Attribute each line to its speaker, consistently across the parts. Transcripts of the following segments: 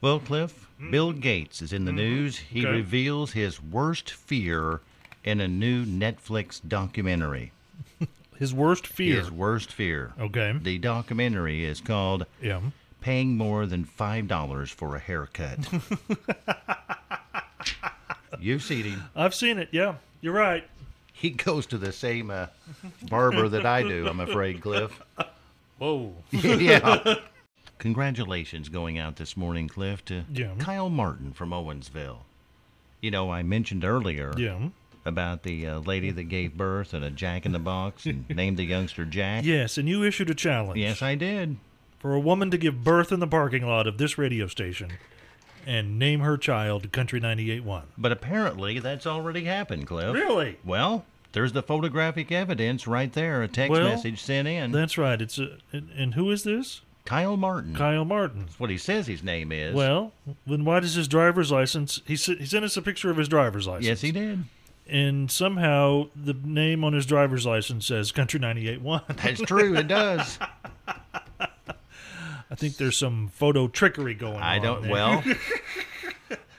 Speaker 1: Well, Cliff, Bill Gates is in the news. He
Speaker 2: Mm-hmm. Okay.
Speaker 1: reveals his worst fear in a new Netflix documentary.
Speaker 2: His worst fear.
Speaker 1: His worst fear.
Speaker 2: Okay.
Speaker 1: The documentary is called
Speaker 2: Yeah.
Speaker 1: Paying More Than $5 for a Haircut. You've seen him.
Speaker 2: I've seen it. Yeah. You're right.
Speaker 1: He goes to the same uh, barber that I do, I'm afraid, Cliff.
Speaker 2: Whoa.
Speaker 1: yeah. Congratulations going out this morning, Cliff, to
Speaker 2: Yeah.
Speaker 1: Kyle Martin from Owensville. You know, I mentioned earlier
Speaker 2: Yeah.
Speaker 1: about the uh, lady that gave birth and a jack in the box and named the youngster Jack.
Speaker 2: Yes, and you issued a challenge.
Speaker 1: Yes, I did.
Speaker 2: for a woman to give birth in the parking lot of this radio station and name her child Country 98.1.
Speaker 1: But apparently that's already happened, Cliff.
Speaker 2: Really?
Speaker 1: Well, there's the photographic evidence right there, a text
Speaker 2: Well,
Speaker 1: message sent in.
Speaker 2: That's right. It's a, and, and who is this?
Speaker 1: Kyle Martin.
Speaker 2: Kyle Martin.
Speaker 1: That's what he says his name is.
Speaker 2: Well, then why does his driver's license? He s- he sent us a picture of his driver's license.
Speaker 1: yes, he did.
Speaker 2: And somehow the name on his driver's license says Country 98.1.
Speaker 1: That's true, it does.
Speaker 2: I think there's some photo trickery going on.
Speaker 1: I don't,
Speaker 2: there.
Speaker 1: well,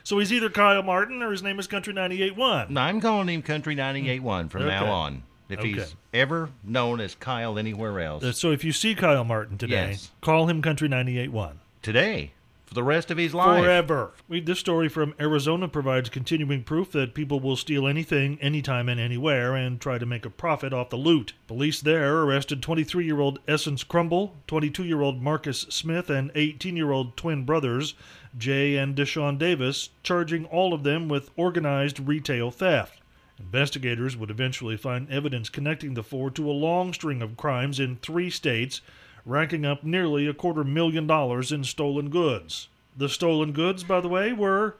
Speaker 2: So he's either Kyle Martin or his name is Country 98.1.
Speaker 1: No, I'm calling him Country 98.1 from now
Speaker 2: Okay.
Speaker 1: on. If
Speaker 2: Okay.
Speaker 1: he's ever known as Kyle anywhere else.
Speaker 2: Uh, So if you see Kyle Martin today,
Speaker 1: Yes.
Speaker 2: call him Country 98.1.
Speaker 1: Today, for the rest of his life.
Speaker 2: forever. Read this story from Arizona provides continuing proof that people will steal anything, anytime, and anywhere and try to make a profit off the loot. Police there arrested 23 year old Essence Crumble, 22 year old Marcus Smith, and 18 year old twin brothers, Jay and Deshaun Davis, charging all of them with organized retail theft. Investigators would eventually find evidence connecting the four to a long string of crimes in three states, racking up nearly a quarter million dollars in stolen goods. The stolen goods, by the way, were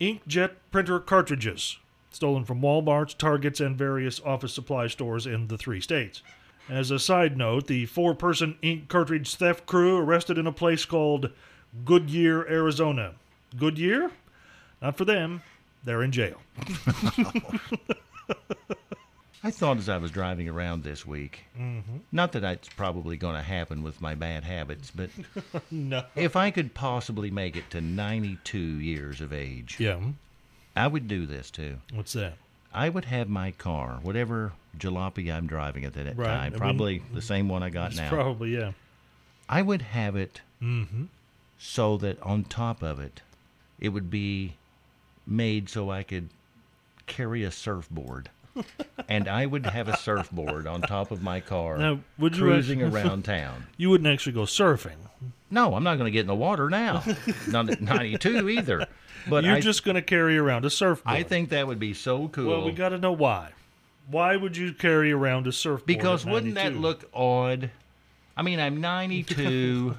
Speaker 2: inkjet printer cartridges, stolen from Walmarts, Targets, and various office supply stores in the three states. As a side note, the four person ink cartridge theft crew arrested in a place called Goodyear, Arizona. Goodyear? Not for them, they're in jail.
Speaker 1: I thought as I was driving around this week,
Speaker 2: Mm-hmm.
Speaker 1: not that it's probably going to happen with my bad habits, but
Speaker 2: No.
Speaker 1: if I could possibly make it to 92 years of age,
Speaker 2: Yeah.
Speaker 1: I would do this too.
Speaker 2: What's that?
Speaker 1: I would have my car, whatever jalopy I'm driving at that
Speaker 2: Right, I
Speaker 1: time,
Speaker 2: mean-
Speaker 1: probably the same one I got
Speaker 2: It's
Speaker 1: now.
Speaker 2: probably, yeah.
Speaker 1: I would have it
Speaker 2: Mm-hmm.
Speaker 1: so that on top of it, it would be made so I could carry a surfboard. and I would have a surfboard on top of my car
Speaker 2: Now, would you
Speaker 1: cruising
Speaker 2: actually-
Speaker 1: around town.
Speaker 2: You wouldn't actually go surfing.
Speaker 1: No, I'm not going to get in the water now. Not at 92 either. But
Speaker 2: You're
Speaker 1: I,
Speaker 2: just going to carry around a surfboard.
Speaker 1: I think that would be so cool.
Speaker 2: Well, we got to know why. Why would you carry around a surfboard?
Speaker 1: because
Speaker 2: at
Speaker 1: wouldn't that
Speaker 2: 92?
Speaker 1: look odd? I mean, I'm 92.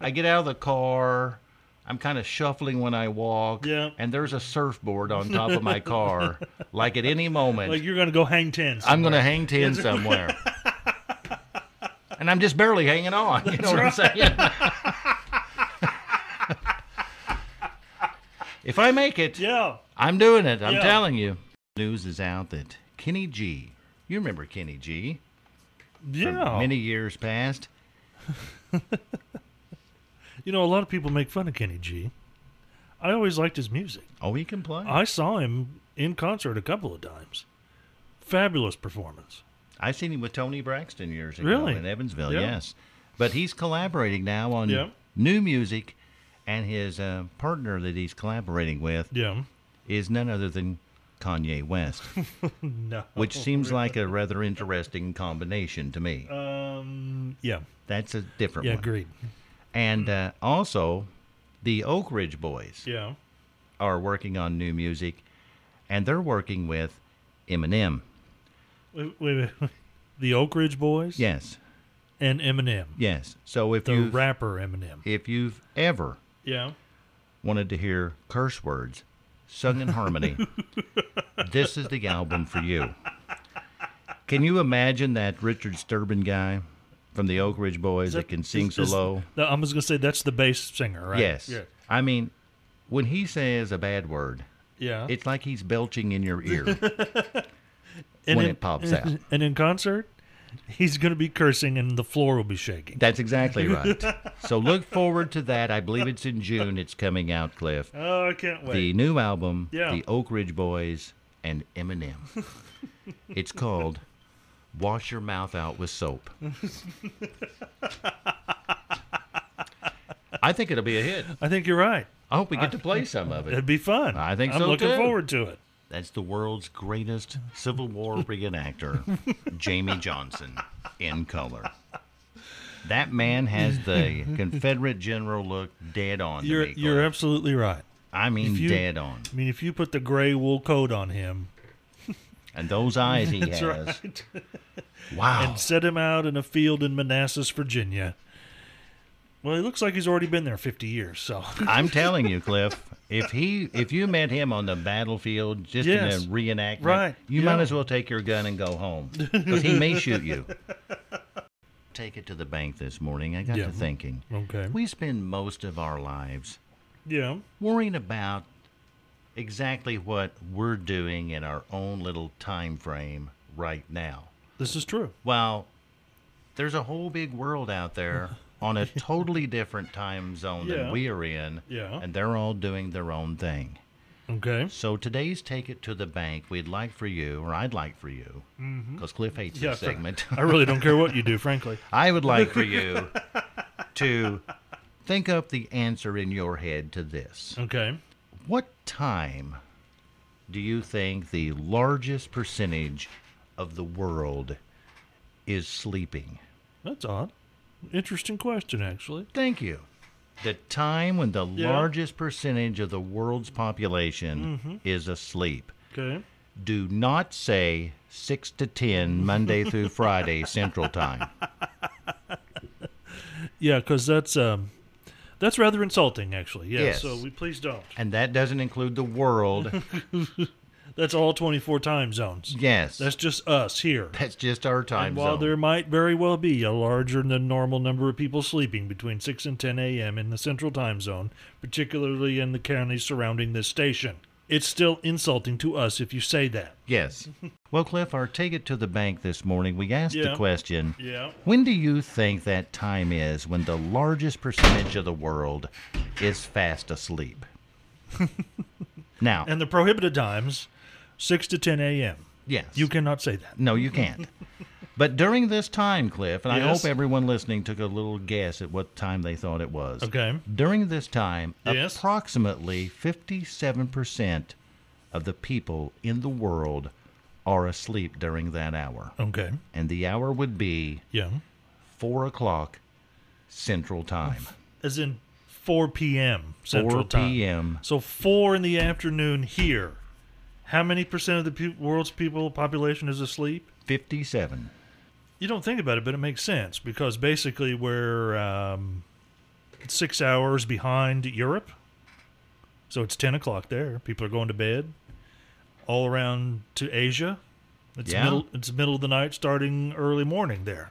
Speaker 1: I get out of the car. I'm kind of shuffling when I walk.
Speaker 2: Yeah.
Speaker 1: And there's a surfboard on top of my car. like at any moment,
Speaker 2: like you're going to go hang tens?
Speaker 1: I'm going to hang 10 somewhere. and I'm just barely hanging on. You know what I'm saying? if I make it,
Speaker 2: yeah.
Speaker 1: I'm doing it. I'm
Speaker 2: Yeah.
Speaker 1: telling you. News is out that Kenny G. You remember Kenny G? from
Speaker 2: Yeah.
Speaker 1: many years past.
Speaker 2: you know, a lot of people make fun of Kenny G. I always liked his music.
Speaker 1: Oh, he can play.
Speaker 2: I saw him in concert a couple of times. Fabulous performance.
Speaker 1: I seen him with Tony Braxton years ago
Speaker 2: Really?
Speaker 1: in Evansville.
Speaker 2: Yeah.
Speaker 1: Yes, but he's collaborating now on
Speaker 2: Yeah.
Speaker 1: new music, and his uh, partner that he's collaborating with
Speaker 2: Yeah.
Speaker 1: is none other than Kanye West,
Speaker 2: No.
Speaker 1: which seems like a rather interesting combination to me.
Speaker 2: Um. Yeah.
Speaker 1: That's a different
Speaker 2: Yeah.
Speaker 1: one.
Speaker 2: Agreed.
Speaker 1: And uh, also, the Oak Ridge Boys
Speaker 2: Yeah.
Speaker 1: are working on new music, and they're working with Eminem.
Speaker 2: Wait, wait, wait. The Oak Ridge Boys.
Speaker 1: Yes.
Speaker 2: and Eminem,
Speaker 1: Yes. So if
Speaker 2: the
Speaker 1: you
Speaker 2: rapper Eminem.
Speaker 1: if you've ever
Speaker 2: Yeah.
Speaker 1: wanted to hear curse words sung in harmony, this is the album for you. Can you imagine that Richard Sturban guy from the Oak Ridge Boys that, can sing
Speaker 2: is-
Speaker 1: so
Speaker 2: is-
Speaker 1: low?
Speaker 2: no, I'm just gonna say that's the bass singer, right?
Speaker 1: Yes.
Speaker 2: Yeah.
Speaker 1: I mean, when he says a bad word,
Speaker 2: Yeah.
Speaker 1: it's like he's belching in your ear.
Speaker 2: and
Speaker 1: when
Speaker 2: in-
Speaker 1: it pops out.
Speaker 2: And in concert, he's gonna be cursing and the floor will be shaking.
Speaker 1: That's exactly right. So look forward to that. I believe it's in June. It's coming out, Cliff.
Speaker 2: Oh, I can't wait.
Speaker 1: The new album,
Speaker 2: Yeah.
Speaker 1: The Oak Ridge Boys and Eminem. it's called Wash Your Mouth Out with Soap. I think it'll be a hit.
Speaker 2: I think you're right.
Speaker 1: I hope we get to play some of it.
Speaker 2: It'd be fun.
Speaker 1: I think
Speaker 2: I'm
Speaker 1: so,
Speaker 2: looking
Speaker 1: too.
Speaker 2: forward to it.
Speaker 1: That's the world's greatest Civil War reenactor, Jamie Johnson, in color. That man has the Confederate general look dead on. to
Speaker 2: You're
Speaker 1: me,
Speaker 2: you're
Speaker 1: Cliff.
Speaker 2: absolutely right.
Speaker 1: I mean,
Speaker 2: if you-
Speaker 1: dead on.
Speaker 2: I mean, if you put the gray wool coat on him
Speaker 1: And those eyes he
Speaker 2: That's
Speaker 1: has.
Speaker 2: right.
Speaker 1: Wow.
Speaker 2: and set him out in a field in Manassas, Virginia, well, he looks like he's already been there 50 years. So
Speaker 1: I'm telling you, Cliff. If he, if you met him on the battlefield, just
Speaker 2: Yes.
Speaker 1: in a reenactment,
Speaker 2: Right.
Speaker 1: you
Speaker 2: Yeah.
Speaker 1: might as well take your gun and go home because he may shoot you. Take it to the bank this morning. I got
Speaker 2: Yeah.
Speaker 1: to thinking.
Speaker 2: okay,
Speaker 1: We spend most of our lives
Speaker 2: yeah,
Speaker 1: worrying about exactly what we're doing in our own little time frame right now.
Speaker 2: this is true.
Speaker 1: While there's a whole big world out there on a totally different time zone
Speaker 2: Yeah.
Speaker 1: than we are in,
Speaker 2: Yeah.
Speaker 1: and they're all doing their own thing.
Speaker 2: Okay,
Speaker 1: So today's Take It to the Bank, we'd like for you, or I'd like for you,
Speaker 2: Mm-hmm.
Speaker 1: because Cliff hates
Speaker 2: Yeah,
Speaker 1: this
Speaker 2: fair.
Speaker 1: segment.
Speaker 2: I really don't care what you do, frankly.
Speaker 1: I would like for you to think up the answer in your head to this.
Speaker 2: Okay,
Speaker 1: What time do you think the largest percentage of the world is sleeping?
Speaker 2: that's odd. Interesting question, actually.
Speaker 1: Thank you. The time when the
Speaker 2: Yeah.
Speaker 1: largest percentage of the world's population
Speaker 2: Mm-hmm.
Speaker 1: is asleep.
Speaker 2: Okay,
Speaker 1: Do not say 6 to 10 Monday through Friday Central Time.
Speaker 2: yeah, because that's um, that's rather insulting, actually. Yeah,
Speaker 1: Yes.
Speaker 2: so we please don't.
Speaker 1: And that doesn't include the world.
Speaker 2: That's all 24 time zones.
Speaker 1: Yes.
Speaker 2: That's just us here.
Speaker 1: That's just our time
Speaker 2: And while
Speaker 1: zone.
Speaker 2: there might very well be a larger than normal number of people sleeping between 6 and 10 a.m. in the central time zone, particularly in the counties surrounding this station, it's still insulting to us if you say that.
Speaker 1: Yes. Well, Cliff, our take it to the bank this morning, we asked
Speaker 2: Yeah.
Speaker 1: the question
Speaker 2: Yeah.
Speaker 1: When do you think that time is when the largest percentage of the world is fast asleep? now,
Speaker 2: And the prohibited times, 6 to 10 a.m.
Speaker 1: yes.
Speaker 2: You cannot say that.
Speaker 1: No, you can't. but during this time, Cliff, and I
Speaker 2: Yes.
Speaker 1: hope everyone listening took a little guess at what time they thought it was.
Speaker 2: Okay.
Speaker 1: During this time,
Speaker 2: Yes.
Speaker 1: approximately 57% of the people in the world are asleep during that hour.
Speaker 2: Okay.
Speaker 1: And the hour would be
Speaker 2: Yeah.
Speaker 1: 4 o'clock Central Time.
Speaker 2: As in 4 p.m. central
Speaker 1: 4
Speaker 2: time.
Speaker 1: p.m.
Speaker 2: So 4 in the afternoon here. How many percent of the peop world's people population is asleep?
Speaker 1: 57.
Speaker 2: you don't think about it, but it makes sense because basically we're um, six hours behind Europe. So it's 10 o'clock there. People are going to bed all around to Asia. It's,
Speaker 1: Yeah.
Speaker 2: middle, it's middle of the night, starting early morning there.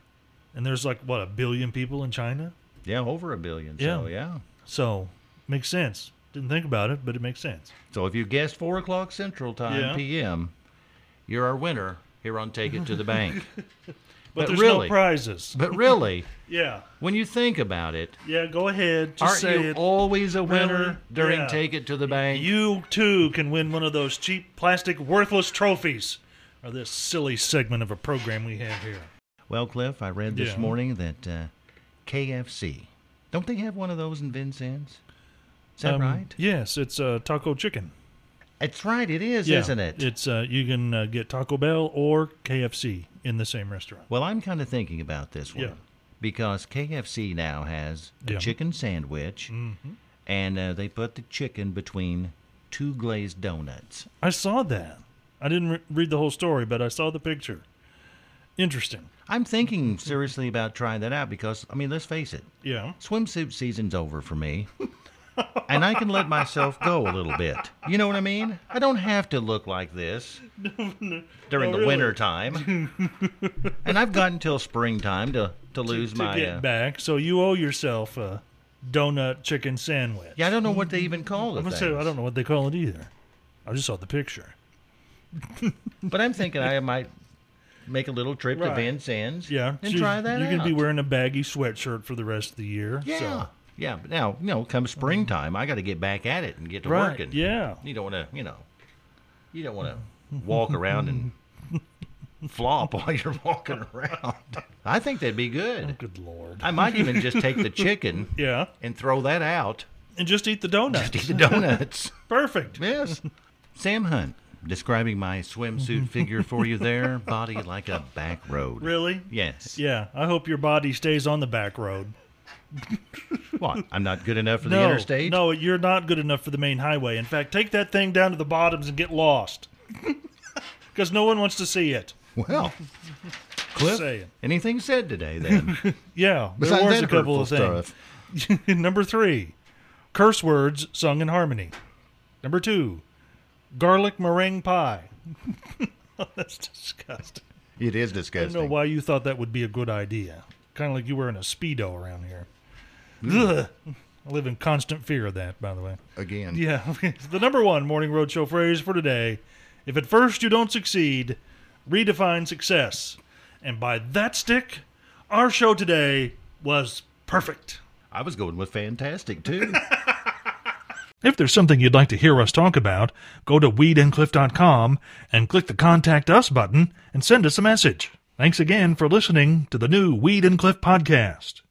Speaker 2: And there's like, what, a billion people in China?
Speaker 1: Yeah, over a billion. So,
Speaker 2: Yeah.
Speaker 1: yeah.
Speaker 2: So makes sense. Didn't think about it, but it makes sense.
Speaker 1: So if you guessed 4 o'clock Central Time
Speaker 2: Yeah.
Speaker 1: p.m., you're our winner here on Take It to the Bank. but,
Speaker 2: But, there's
Speaker 1: really,
Speaker 2: no prizes.
Speaker 1: but really,
Speaker 2: Yeah.
Speaker 1: when you think about it,
Speaker 2: Yeah, go ahead. Just say
Speaker 1: aren't you
Speaker 2: it.
Speaker 1: always a winner
Speaker 2: Really?
Speaker 1: during
Speaker 2: Yeah.
Speaker 1: Take It to the Bank?
Speaker 2: You too can win one of those cheap, plastic, worthless trophies. Or this silly segment of a program we have here.
Speaker 1: well, Cliff, I read this
Speaker 2: Yeah.
Speaker 1: morning that uh, KFC, don't they have one of those in Vincennes? Is that
Speaker 2: Um,
Speaker 1: right?
Speaker 2: Yes, it's uh, taco chicken,
Speaker 1: It's right, it is,
Speaker 2: Yeah,
Speaker 1: isn't it?
Speaker 2: It's uh, you can uh, get Taco Bell or KFC in the same restaurant.
Speaker 1: Well, I'm kind of thinking about this one
Speaker 2: Yeah.
Speaker 1: because KFC now has a
Speaker 2: Yeah. Mm-hmm.
Speaker 1: chicken sandwich, and uh, they put the chicken between two glazed donuts.
Speaker 2: I saw that. I didn't re- read the whole story, but I saw the picture, Interesting.
Speaker 1: I'm
Speaker 2: Mm-hmm.
Speaker 1: thinking seriously about trying that out because, I mean, let's face it,
Speaker 2: Yeah.
Speaker 1: swimsuit season's over for me. and I can let myself go a little bit. You know what I mean? I don't have to look like this during
Speaker 2: no,
Speaker 1: the
Speaker 2: really.
Speaker 1: winter time. and I've got until springtime to, to lose
Speaker 2: to
Speaker 1: my.
Speaker 2: get
Speaker 1: uh,
Speaker 2: back. So you owe yourself a donut chicken sandwich.
Speaker 1: yeah, I don't know what they even call it.
Speaker 2: I'm gonna say I don't know what they call it either. I just saw the picture.
Speaker 1: But I'm thinking I might make a little trip to
Speaker 2: Right.
Speaker 1: Van Sands
Speaker 2: Yeah.
Speaker 1: and
Speaker 2: so
Speaker 1: try that
Speaker 2: You're gonna
Speaker 1: out.
Speaker 2: be wearing a baggy sweatshirt for the rest of the year.
Speaker 1: Yeah.
Speaker 2: So.
Speaker 1: Yeah. But now, you know, come springtime, I got to get back at it and get to
Speaker 2: Right.
Speaker 1: working.
Speaker 2: Yeah.
Speaker 1: You don't want to, you know, you don't want to walk around and flop while you're walking around. I think that'd be good.
Speaker 2: Good lord.
Speaker 1: I might even just take the chicken
Speaker 2: yeah.
Speaker 1: and throw that out.
Speaker 2: And just eat the donut.
Speaker 1: Eat the donuts.
Speaker 2: Perfect.
Speaker 1: Yes. Sam Hunt describing my swimsuit figure for you there. Body like a back road.
Speaker 2: Mm-hmm. Really?
Speaker 1: Yes.
Speaker 2: Yeah. I hope your body stays on the back road.
Speaker 1: What? I'm not good enough for
Speaker 2: no,
Speaker 1: the interstate?
Speaker 2: No, you're not good enough for the main highway. In fact, take that thing down to the bottoms and get lost. Because no one wants to see it.
Speaker 1: Well, Cliff,
Speaker 2: saying.
Speaker 1: anything said today then?
Speaker 2: Yeah, there
Speaker 1: Besides
Speaker 2: was
Speaker 1: that
Speaker 2: a couple
Speaker 1: hurtful
Speaker 2: of things. Number three, curse words sung in harmony. Number two, garlic meringue pie. Oh, That's disgusting.
Speaker 1: It is
Speaker 2: I don't know
Speaker 1: disgusting.
Speaker 2: why you thought that would be a good idea. Kind of like you wearing a speedo around here. Ugh. I live in constant fear of that, by the way.
Speaker 1: Again,
Speaker 2: Yeah, the number one morning roadshow phrase for today: If at first you don't succeed, redefine success. And by that stick, our show today was perfect.
Speaker 1: I was going with fantastic too.
Speaker 2: If there's something you'd like to hear us talk about, go to weedandcliff.com and click the Contact Us button and send us a message. Thanks again for listening to the new Weed and Cliff podcast.